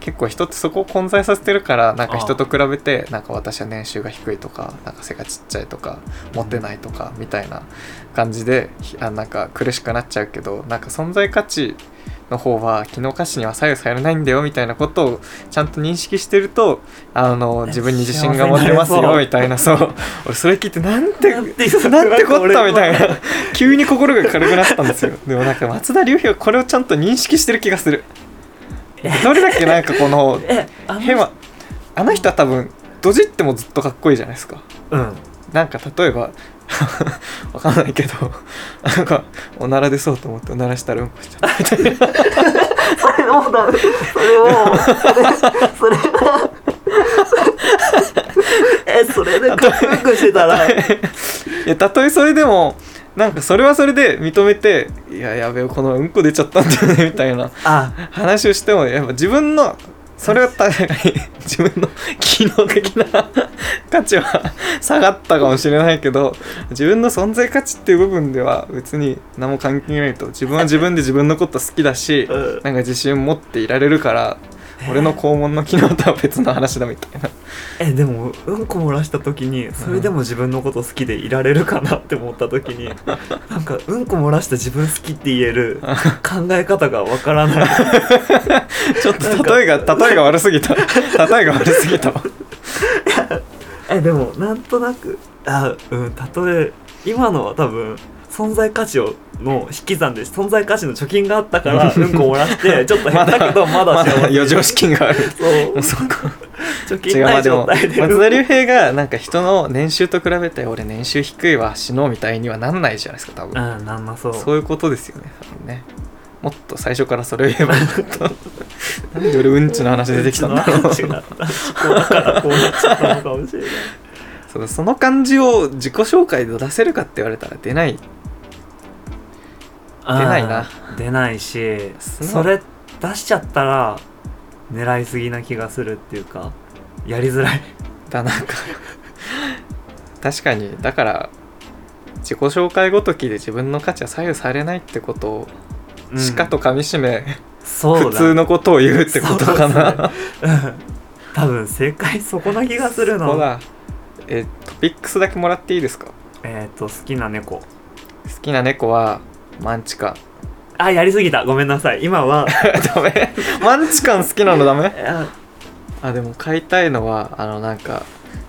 Speaker 2: 結構人ってそこを混在させてるからなんか人と比べてなんか私は年収が低いとかなんか背がちっちゃいとか持ってないとかみたいな感じでひあなんか苦しくなっちゃうけどなんか存在価値の方は機能歌詞には左右されないんだよみたいなことをちゃんと認識してるとあの自分に自信が持てます
Speaker 1: 幸せになれ
Speaker 2: よ
Speaker 1: そう
Speaker 2: みたいなそう 俺それ聞いてなんて
Speaker 1: なんてこと
Speaker 2: なんてこったみたい
Speaker 1: 俺
Speaker 2: な急に心が軽くなったんですよでもなんか松田龍平はこれをちゃんと認識してる気がするどれだけなんかこの
Speaker 1: えあの
Speaker 2: 変はあの人は多分ドジってもずっとかっこいいじゃないですか
Speaker 1: うん
Speaker 2: なんか例えば わかんないけどなんかおなら出そうと思っておならしたらうんこしちゃった
Speaker 1: それもうダメそれをそれそれはえそれでかっこよくしてたら
Speaker 2: いやたとえそれでもなんかそれはそれで認めていややべえこのうんこ出ちゃったんだよねみたいな
Speaker 1: あ
Speaker 2: 話をしてもやっぱ自分のそれは確かに 自分の機能的な価値は下がったかもしれないけど自分の存在価値っていう部分では別に何も関係ないと自分は自分で自分のこと好きだし
Speaker 1: うん
Speaker 2: なんか自信持っていられるから俺の肛門の機能とは別の話だみたいな
Speaker 1: えでもうんこ漏らした時にそれでも自分のこと好きでいられるかなって思った時 になんかうんこ漏らした自分好きって言え る考え方がわからない
Speaker 2: ちょっと例えが例えが悪すぎ た例えが悪すぎた
Speaker 1: えでもなんとなくあうん例え今のは多分存在価値をの引き算で存在価値の貯金があった からうんこ漏らしてちょっと減
Speaker 2: ま
Speaker 1: ったけ
Speaker 2: だ
Speaker 1: ど まだ
Speaker 2: ま
Speaker 1: しよ
Speaker 2: だ
Speaker 1: う
Speaker 2: 余剰資金がある
Speaker 1: そう
Speaker 2: そこ
Speaker 1: 貯
Speaker 2: 違
Speaker 1: 金
Speaker 2: うま
Speaker 1: な
Speaker 2: あ
Speaker 1: い
Speaker 2: で
Speaker 1: 状
Speaker 2: も
Speaker 1: 態で
Speaker 2: 松田龍平がなんか人の年収と比べて俺年収低いわ死のうみたいにはなんないじゃないですか多
Speaker 1: う
Speaker 2: 分
Speaker 1: んなんなそう
Speaker 2: そういうことですよね多分ねもっと最初からそれを言え ばよかったなんで俺うんちの話出てきたんだろう
Speaker 1: 違 った思考だからこうなっちゃったのかもしれない
Speaker 2: そうその感じを自己紹介で出せるかって言われたら出ない出ないな
Speaker 1: うん出ないし
Speaker 2: その
Speaker 1: それ出しちゃったら狙いすぎな気がするっていうかやりづらい
Speaker 2: だなんか確かにだから自己紹介ごときで自分の価値は左右されないってことを
Speaker 1: うん
Speaker 2: しかと噛みしめ、
Speaker 1: そうだ
Speaker 2: 普通のことを言うってことかな
Speaker 1: そううん 多分正解そこな気がする
Speaker 2: そう
Speaker 1: の
Speaker 2: だえトピックスだけもらっていいですか
Speaker 1: えっ、と好きな猫
Speaker 2: 好きな猫はマンチカン
Speaker 1: あやりすぎたごめんなさい今は
Speaker 2: ダメマンチカン好きなのダメ
Speaker 1: あ
Speaker 2: あでも飼いたいのはあのなんか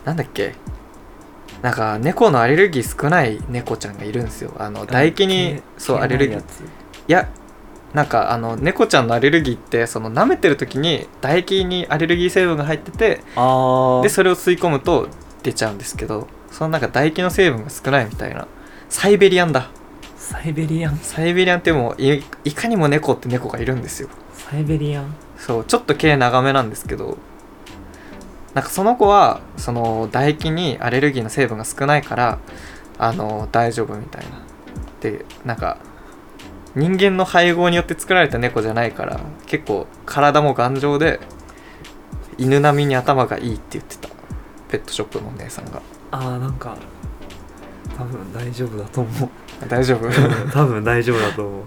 Speaker 2: なんだっけなんか猫のアレルギー少ない猫ちゃんがいるんですよあの 唾液に
Speaker 1: け
Speaker 2: そうアレルギーい
Speaker 1: け
Speaker 2: やなんかあの猫ちゃんのアレルギーってその舐めてる時に唾液にアレルギー成分が入ってて
Speaker 1: あ
Speaker 2: でそれを吸い込むと出ちゃうんですけどそのなんか唾液の成分が少ないみたいなサイベリアンだ
Speaker 1: サイベリアン
Speaker 2: サイベリアンってもういいかにも猫って猫がいるんですよ
Speaker 1: サイベリアン
Speaker 2: そうちょっと毛長めなんですけどなんかその子はその唾液にアレルギーの成分が少ないからあの大丈夫みたいなでなんか人間の配合によって作られた猫じゃないから結構体も頑丈で犬並みに頭がいいって言ってたペットショップのお姉さんが
Speaker 1: あーなんか多分大丈夫だと思う
Speaker 2: 大丈夫 好
Speaker 1: うん多分大丈夫だと思う、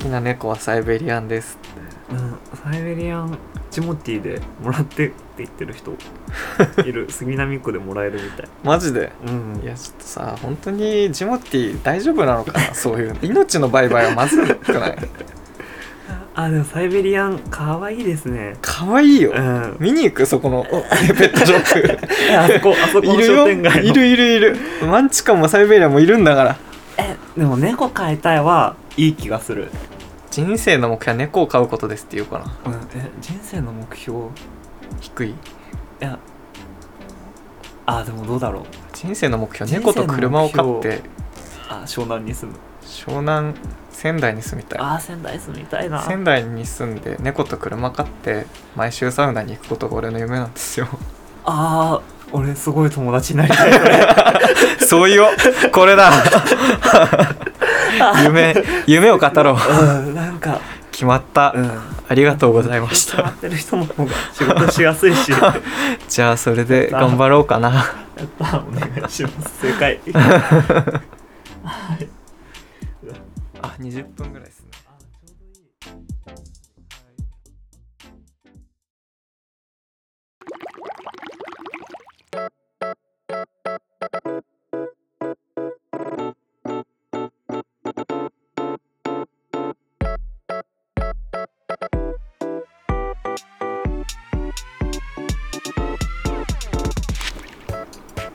Speaker 2: きな猫はサイベリアンです
Speaker 1: うん、サイベリアンチモティでもらってって言ってる人い る杉並区でもらえるみたい
Speaker 2: マジで
Speaker 1: うん
Speaker 2: いやちょっとさ本当にジモティ大丈夫なのかな そういう命の売買はまずくない
Speaker 1: あでもサイベリアン可愛いですね
Speaker 2: 可愛いよ
Speaker 1: うん
Speaker 2: 見に行くそこのおペットショップ
Speaker 1: えあそ こあそこ
Speaker 2: い
Speaker 1: の
Speaker 2: る
Speaker 1: 商
Speaker 2: よ
Speaker 1: 店街の
Speaker 2: いるいるいるマンチカンもサイベリアンもいるんだから
Speaker 1: えでも猫飼いたいはいい気がする、
Speaker 2: 人生の目標は猫を飼うことですっていうかな
Speaker 1: うん、え人生の目標い
Speaker 2: 低い
Speaker 1: やあでもどうだろう
Speaker 2: 人生の目標猫と車を飼って
Speaker 1: あ湘南に住む
Speaker 2: 湘南仙台に住みたい
Speaker 1: あー仙台住みたいな
Speaker 2: 仙台に住んで猫と車飼って毎週サウナに行くことが俺の夢なんですよ
Speaker 1: あー俺すごい友達になり たいそれ
Speaker 2: そういうこれだ 夢夢を語ろう
Speaker 1: うんなんか
Speaker 2: 決まった、
Speaker 1: うん
Speaker 2: ありがとうございまし
Speaker 1: 座
Speaker 2: た
Speaker 1: ってる人の方が仕事しやすいし やっ
Speaker 2: じゃあそれで頑張ろうかな
Speaker 1: たお願いします正解はい
Speaker 2: あ20分ぐらいですね
Speaker 1: あちょうどいい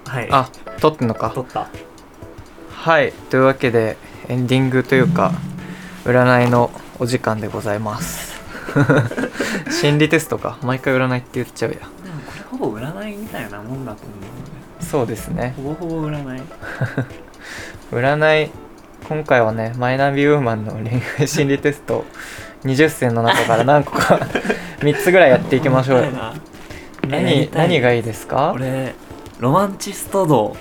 Speaker 1: はい
Speaker 2: あ撮ってんのか
Speaker 1: 撮った
Speaker 2: はいというわけでエンディングというか占いのお時間でございます 心理テストか毎回占いって言っちゃうや
Speaker 1: でもこれほぼ占いみたいなもんだと思うので
Speaker 2: そうですね
Speaker 1: ほぼほぼ占い
Speaker 2: 占い今回はねマイナビウーマンの恋愛心理テスト20選の中から何個か 3つぐらいやっていきま しょうよ
Speaker 1: やり
Speaker 2: 何
Speaker 1: たい
Speaker 2: 何がいいですか
Speaker 1: 俺ロマンチスト道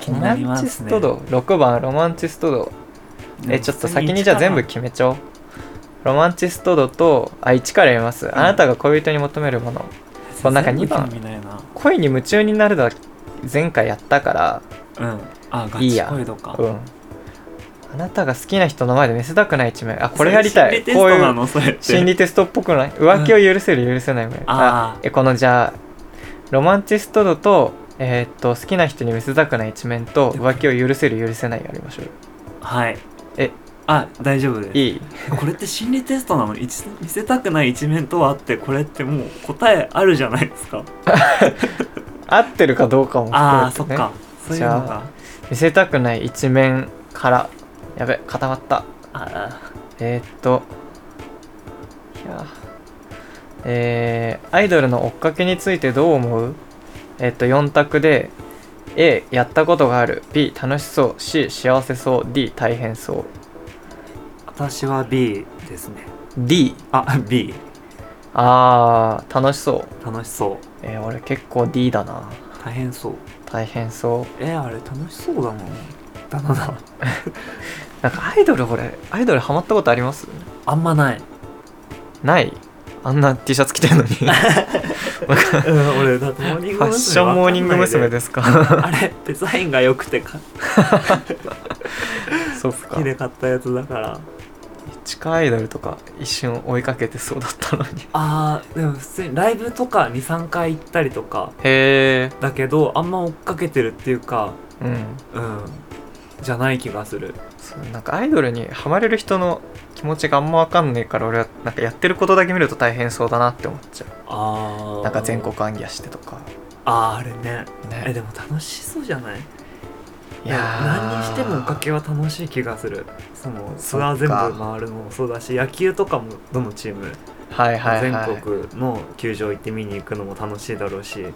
Speaker 1: 気
Speaker 2: ロ
Speaker 1: にな
Speaker 2: マ
Speaker 1: りま
Speaker 2: ン
Speaker 1: すね
Speaker 2: チスト道6番ロマンチスト道えちょっと先にじゃあ全部決めちゃおうロマンチスト度とあ1からやります、あなたが恋人に求めるものこの中
Speaker 1: に
Speaker 2: 二番
Speaker 1: みたいな
Speaker 2: 恋に夢中になるのは前回やったから
Speaker 1: うんあガ
Speaker 2: いい
Speaker 1: チ
Speaker 2: や
Speaker 1: 恋とか
Speaker 2: うんあなたが好きな人の前で見せたくない一面あこれやりたい
Speaker 1: それ心理テスト
Speaker 2: こうい
Speaker 1: な
Speaker 2: う
Speaker 1: のそれって
Speaker 2: 心理テストっぽくない浮気を許せる許せないみたいな、
Speaker 1: あー
Speaker 2: えこのじゃあロマンチスト度とえーっと好きな人に見せたくない一面と浮気を許せる許せないやりましょう
Speaker 1: はい
Speaker 2: え
Speaker 1: あ大丈夫です
Speaker 2: いい
Speaker 1: これって心理テストなの一見せたくない一面とはあってこれってもう答えあるじゃないですか、
Speaker 2: 合ってるかどうかも
Speaker 1: ああそっ
Speaker 2: 含めてね
Speaker 1: かそういうの
Speaker 2: じ
Speaker 1: が
Speaker 2: ゃ見せたくない一面からやべ固まった
Speaker 1: あ
Speaker 2: えー、っといやえー、アイドルの追っかけについてどう思うえー、っと4択で A やったことがある B 楽しそう C 幸せそう D 大変そ
Speaker 1: 私は B ですね
Speaker 2: う D
Speaker 1: あ B
Speaker 2: あー楽しそう
Speaker 1: 楽しそう
Speaker 2: えー、俺結構 D だな
Speaker 1: 大変そう
Speaker 2: 大変そう
Speaker 1: えあれ楽しそうだもんだなだ
Speaker 2: なんかアイドル俺アイドルハマったことあります
Speaker 1: あんまない
Speaker 2: ないあんな T シャツ着てんのに ファ
Speaker 1: うん俺だってモーニング娘。
Speaker 2: ッションモーニング娘。
Speaker 1: す
Speaker 2: ですか
Speaker 1: あれデザインが良くてか
Speaker 2: そっか
Speaker 1: 好きで買ったやつだから
Speaker 2: 地下アイドルとか一瞬追いかけてそうだったのに
Speaker 1: あーでも普通にライブとか23回行ったりとか
Speaker 2: へえ
Speaker 1: だけどあんま追っかけてるっていうか
Speaker 2: うん
Speaker 1: うんじゃない気がする
Speaker 2: そうなんかアイドルにハマれる人の気持ちがあんま分かんないから俺はなんかやってることだけ見ると大変そうだなって思っちゃ
Speaker 1: あ
Speaker 2: う
Speaker 1: ー
Speaker 2: なんか全国行脚してとか
Speaker 1: あーあれねえ
Speaker 2: ね
Speaker 1: でも楽しそうじゃない
Speaker 2: い
Speaker 1: いや
Speaker 2: やー
Speaker 1: 何にしても追っかけは楽しい気がするそのツアー
Speaker 2: そっ
Speaker 1: 全部
Speaker 2: か
Speaker 1: 回るのもそうだし野球とかもどのチーム
Speaker 2: はいはいはい
Speaker 1: 全国の球場行って見に行くのも楽しいだろうし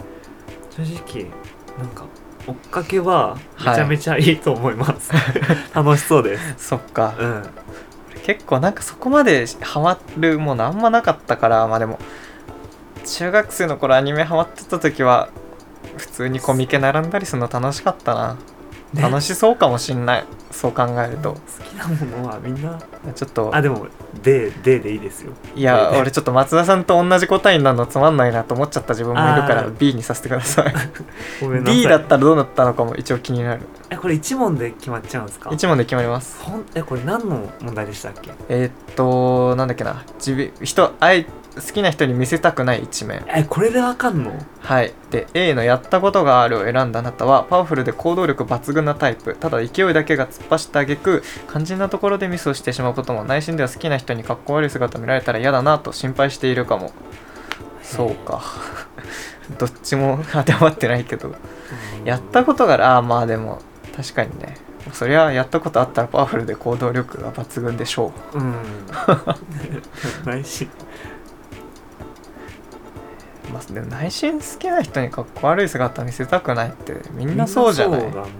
Speaker 1: 正直なんか追っかけはめちゃめちゃいいと思います、 楽しそうです
Speaker 2: そっか
Speaker 1: うん
Speaker 2: 結構なんかそこまでハマるものあんまなかったからまあでも中学生の頃アニメハマってた時は普通にコミケ並んだりするの楽しかったな、
Speaker 1: ね
Speaker 2: 楽しそうかもしんないそう考えると
Speaker 1: 好きなものはみんな
Speaker 2: ちょっと
Speaker 1: あでも「で」ででいいですよ
Speaker 2: いや
Speaker 1: で
Speaker 2: 俺ちょっと松田さんと同じ答えになるのつまんないなと思っちゃった自分もいる
Speaker 1: あ
Speaker 2: から
Speaker 1: ー
Speaker 2: B にさせてください
Speaker 1: ごめんなさい
Speaker 2: D だったらどうなったのかも一応気になる
Speaker 1: えこれ一問で決まっちゃうんですか
Speaker 2: 1問で決まります
Speaker 1: ほんえこれ何の問題でしたっけ
Speaker 2: えーっとなんだっけな自分人愛好きな人に見せたくない一面
Speaker 1: えこれでわかんの
Speaker 2: はい、で A の「やったことがある」を選んだあなたはパワフルで行動力抜群なタイプただ勢いだけが突っ走った挙句肝心なところでミスをしてしまうことも内心では好きな人にかっこ悪い姿を見られたら嫌だなと心配しているかもそうか どっちも 当てはまってないけどやったことがあるあーまあでも確かにねそりゃやったことあったらパワフルで行動力が抜群でしょ
Speaker 1: とうん ないし
Speaker 2: う、まあ、でも内心好きな人にかっこ悪い姿を見せたくないってみんなそうじゃない
Speaker 1: みんそうだもんね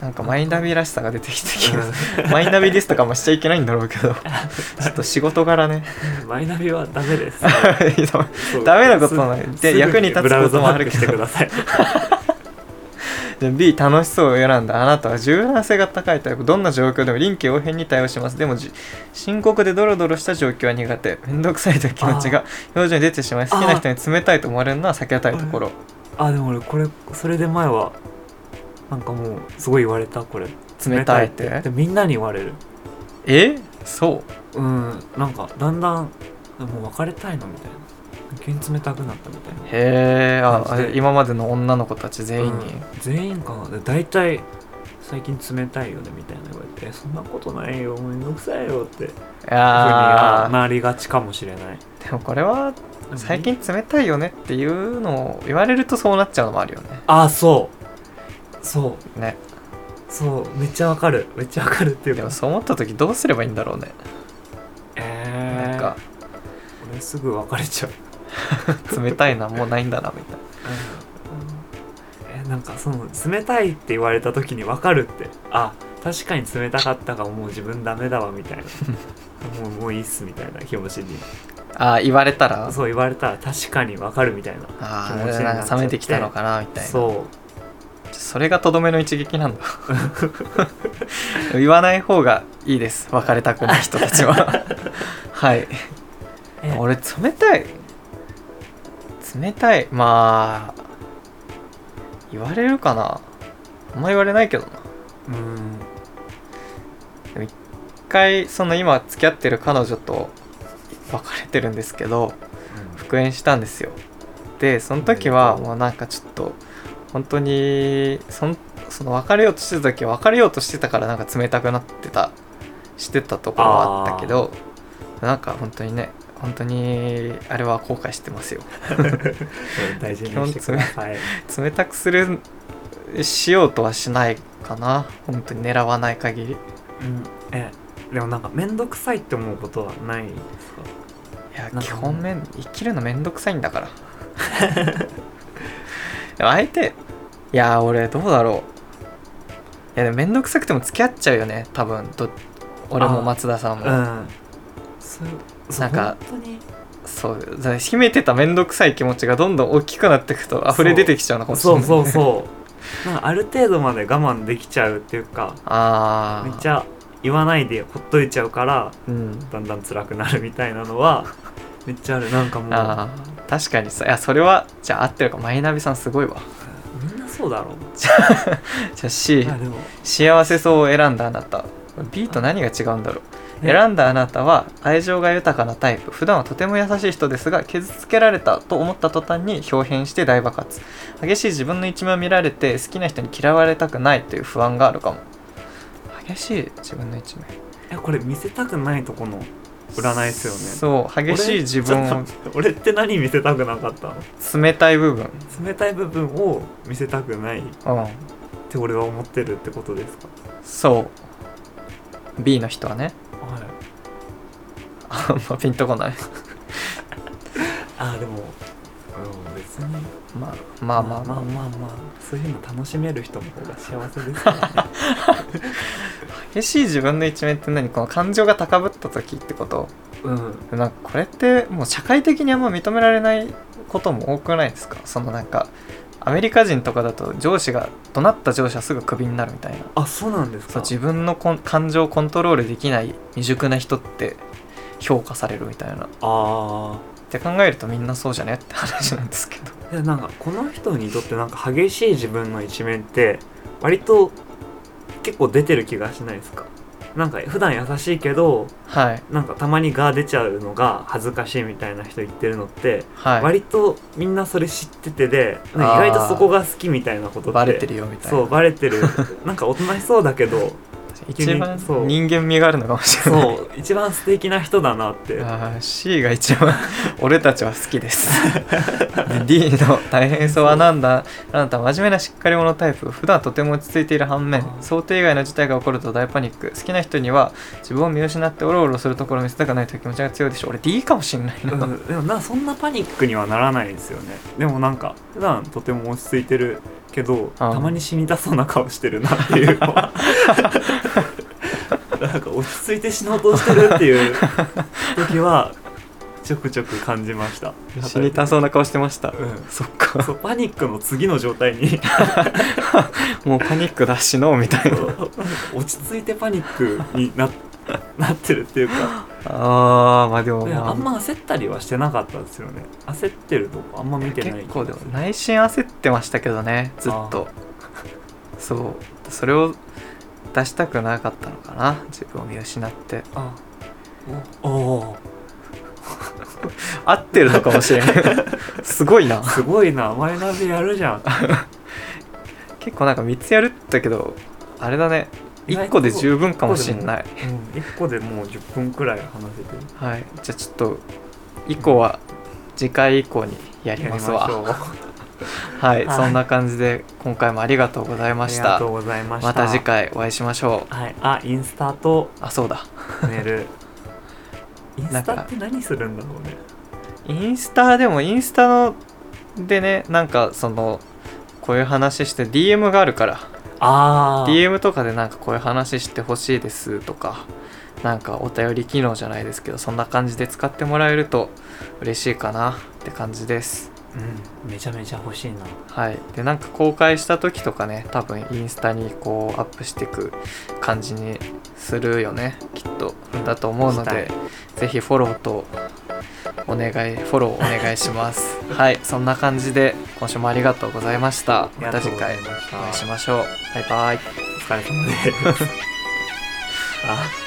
Speaker 2: なんかマイナビらしさが出てきた気がする
Speaker 1: う
Speaker 2: マイナビですとかもしちゃいけないんだろう けどちょっと仕事柄ね
Speaker 1: んマイナビはダメですそう
Speaker 2: ダメなこともない
Speaker 1: す
Speaker 2: です
Speaker 1: ぐ
Speaker 2: 役に立つこともあるけど
Speaker 1: ブラウザバックしてください
Speaker 2: で B 楽しそうを選んだあなたは柔軟性が高いタイプどんな状況でも臨機応変に対応しますでもじ深刻でドロドロした状況は苦手面倒くさいという気持ちが表情に出てしまい好きな人に冷たいと思われるのは避けたいところ
Speaker 1: あでも俺これそれで前はなんかもうすごい言われたこれ
Speaker 2: 冷たいって
Speaker 1: でみんなに言われる
Speaker 2: えそう
Speaker 1: うんなんかだんだんもう別れたいのみたいな急に冷たくなったみたいな
Speaker 2: へえあ
Speaker 1: マジで
Speaker 2: 今までの女の子たち全員に、
Speaker 1: うん全員かなで大体最近冷たいよねみたいな言われてえそんなことないよめんどくさいよってふうに
Speaker 2: ああ
Speaker 1: なりがちかもしれない
Speaker 2: でもこれは最近冷たいよねっていうのを言われるとそうなっちゃうのもあるよね
Speaker 1: ああそそう
Speaker 2: ね
Speaker 1: そうめっちゃわかるめっちゃわかるっていう
Speaker 2: で
Speaker 1: か
Speaker 2: もそう思った時どうすればいいんだろうね
Speaker 1: えー
Speaker 2: なんか
Speaker 1: 俺すぐ別れちゃう、
Speaker 2: 冷たいなもうないんだなみたい
Speaker 1: えーなんかその冷たいって言われた時にわかるってあ確かに冷たかったがもう自分ダメだわみた いなもうもういいっすみたいな気持ちに
Speaker 2: なあー言われたら
Speaker 1: そう言われたら確かにわかるみたいな
Speaker 2: あ
Speaker 1: 気持ち
Speaker 2: ー
Speaker 1: になっ
Speaker 2: なんか冷めてきたのかなみたいな
Speaker 1: そ
Speaker 2: それがとどめの一撃なんだ 言わない方がいいです別れたくない人た ちははいう
Speaker 1: え
Speaker 2: 俺冷たい冷たいまあ言われるかなあんま言われないけどな
Speaker 1: うん
Speaker 2: 一回その今付き合ってる彼女と別れてるんですけど復縁したんですよでその時は
Speaker 1: おめでとう
Speaker 2: もうなんかちょっと本当にそんその別れようとしてた時は別れようとしてたからなんか冷たくなってたしてたところはあったけどなんか本当にね本当にあれは後悔してますよ
Speaker 1: うん大事にしてください
Speaker 2: 冷たくするしようとはしないかな本当に狙わない限り
Speaker 1: うんえでもなんか面倒くさいって思うことはないですか
Speaker 2: いや
Speaker 1: なんか
Speaker 2: 基本面生きるのめんどくさいんだから でも相手いや俺どうだろういやでもめんどくさくても付き合っちゃうよね多分ど俺も松田さんも
Speaker 1: うんそうそう
Speaker 2: なんか
Speaker 1: 本当に
Speaker 2: そうだから秘めてためんどくさい気持ちがどんどん大きくなっていくと溢れ出てきちゃうのかもし
Speaker 1: そ
Speaker 2: れな
Speaker 1: う
Speaker 2: い
Speaker 1: そうそうなんかある程度まで我慢できちゃうっていうか
Speaker 2: ああ
Speaker 1: めっちゃ言わないでほっといちゃうから
Speaker 2: うん
Speaker 1: だんだん辛くなるみたいなのはめっちゃあるなんかもう
Speaker 2: あー確かにさいやそれはじゃあ合ってるかマイナビさんすごいわ
Speaker 1: みんなそうだろう
Speaker 2: じゃあ C
Speaker 1: あでも
Speaker 2: 幸せそうを選んだあなた B と何が違うんだろう選んだあなたは愛情が豊かなタイプ普段はとても優しい人ですが傷つけられたと思った途端に表変して大爆発激しい自分の一面を見られて好きな人に嫌われたくないという不安があるかも激しい自分の一面
Speaker 1: えこれ見せたくないとこの占いですよね
Speaker 2: そう激しい自分を
Speaker 1: 俺俺って何見せたくなかったの
Speaker 2: 冷たい部分
Speaker 1: 冷たい部分を見せたくないっ
Speaker 2: うん
Speaker 1: て俺は思ってるってことですか
Speaker 2: そう B の人はね
Speaker 1: はい
Speaker 2: あんまピンとこない
Speaker 1: あーでも、うん、別に
Speaker 2: まあまあまあま
Speaker 1: ま
Speaker 2: あ
Speaker 1: あまあまあそういうの楽しめる人の方が幸せ ですからね
Speaker 2: 激しい自分の一面って何この感情が高ぶった時ってこと
Speaker 1: うん
Speaker 2: なんかこれってもう社会的にあんま認められないことも多くないですかそのなんかアメリカ人とかだと上司が怒鳴った上司はすぐクビになるみたいな
Speaker 1: あそうなんですか
Speaker 2: そう自分のこん感情をコントロールできない未熟な人って評価されるみたいなっ
Speaker 1: あ
Speaker 2: て考えるとみんなそうじゃねって話なんで すけど
Speaker 1: あでなんかこの人にとってなんか激しい自分の一面って割と結構出てる気がしないですかなんか普段優しいけど
Speaker 2: はい
Speaker 1: なんかたまにが出ちゃうのが恥ずかしいみたいな人言ってるのって、
Speaker 2: はい
Speaker 1: 割とみんなそれ知っててで
Speaker 2: あ
Speaker 1: 意
Speaker 2: ー
Speaker 1: 外とそこが好きみたいなことって
Speaker 2: バレてるよみたい
Speaker 1: そう
Speaker 2: な
Speaker 1: バレてるなんかおとなしそうだけ ど
Speaker 2: 一番
Speaker 1: そう
Speaker 2: 人間味があるのかもしれない
Speaker 1: そう一番素敵な人だなって
Speaker 2: あー C が一番 俺たちは好きですで D の「大変そうはなんだあなたは真面目なしっかり者タイプ普段はとても落ち着いている反面
Speaker 1: あー
Speaker 2: 想定以外の事態が起こると大パニック好きな人には自分を見失っておろおろするところを見せたくないという気持ちが強いでしょう俺 D かもしんないうな、
Speaker 1: ん、でもなそんなパニックにはならないですよねでもなんか普段とても落ち着いてるけど
Speaker 2: ああ
Speaker 1: たまに死にたそうな顔してるなっていう なんか落ち着いて死のうとしてるっていう時はちょくちょく感じました
Speaker 2: 死にたそうな顔してました、
Speaker 1: うん
Speaker 2: そっ
Speaker 1: そ
Speaker 2: か
Speaker 1: うパニックの次の状態に
Speaker 2: もうパニックだ死のうみたいな
Speaker 1: 落ち着いてパニックにななってる っていうか
Speaker 2: あーまあでも
Speaker 1: であん
Speaker 2: まあ
Speaker 1: ま焦ったりはしてなかったですよね焦ってるとこあんま見てない
Speaker 2: 結構でも内心焦ってましたけどねずっとそうそれを出したくなかったのかな自分を見失って
Speaker 1: あおおー
Speaker 2: 合ってるのかもしれ ないすごいな
Speaker 1: すごいな、マイナビやるじゃん。
Speaker 2: 結構なんか3つやるってけどあれだね
Speaker 1: 意外と
Speaker 2: 1個で十分かもしれない、
Speaker 1: うん、1個でもう10分くらい話せてる。
Speaker 2: はい、じゃあちょっと以降は次回以降にやりますわ
Speaker 1: やりましょう
Speaker 2: はい、
Speaker 1: はい
Speaker 2: そんな感じで今回もありがとうござい
Speaker 1: あ
Speaker 2: ま
Speaker 1: り
Speaker 2: し
Speaker 1: が
Speaker 2: た
Speaker 1: とうございました
Speaker 2: また次回お会いしましょう
Speaker 1: はいあインスタと
Speaker 2: あそうだ
Speaker 1: メールイン
Speaker 2: な
Speaker 1: ス
Speaker 2: んか
Speaker 1: タって何するんだろうね
Speaker 2: インスタでもインスタのでねなんかそのこういう話して DM があるから
Speaker 1: ああ
Speaker 2: DM とかでなんかこういう話してほしいですとかなんかお便り機能じゃないですけどそんな感じで使ってもらえると嬉しいかなって感じです
Speaker 1: うんめちゃめちゃ欲しいな
Speaker 2: はいでなんか公開した時とかね多分インスタにこうアップしていく感じにするよねきっと
Speaker 1: うん
Speaker 2: だと思うの
Speaker 1: したい
Speaker 2: でぜひフォローとお願いフォローお願いします はいそんな感じで今週もありがとうございましたまた次
Speaker 1: あ
Speaker 2: 回
Speaker 1: りがとうございまし
Speaker 2: お
Speaker 1: た
Speaker 2: 会いしましょうバイバイ
Speaker 1: お疲れ様です あ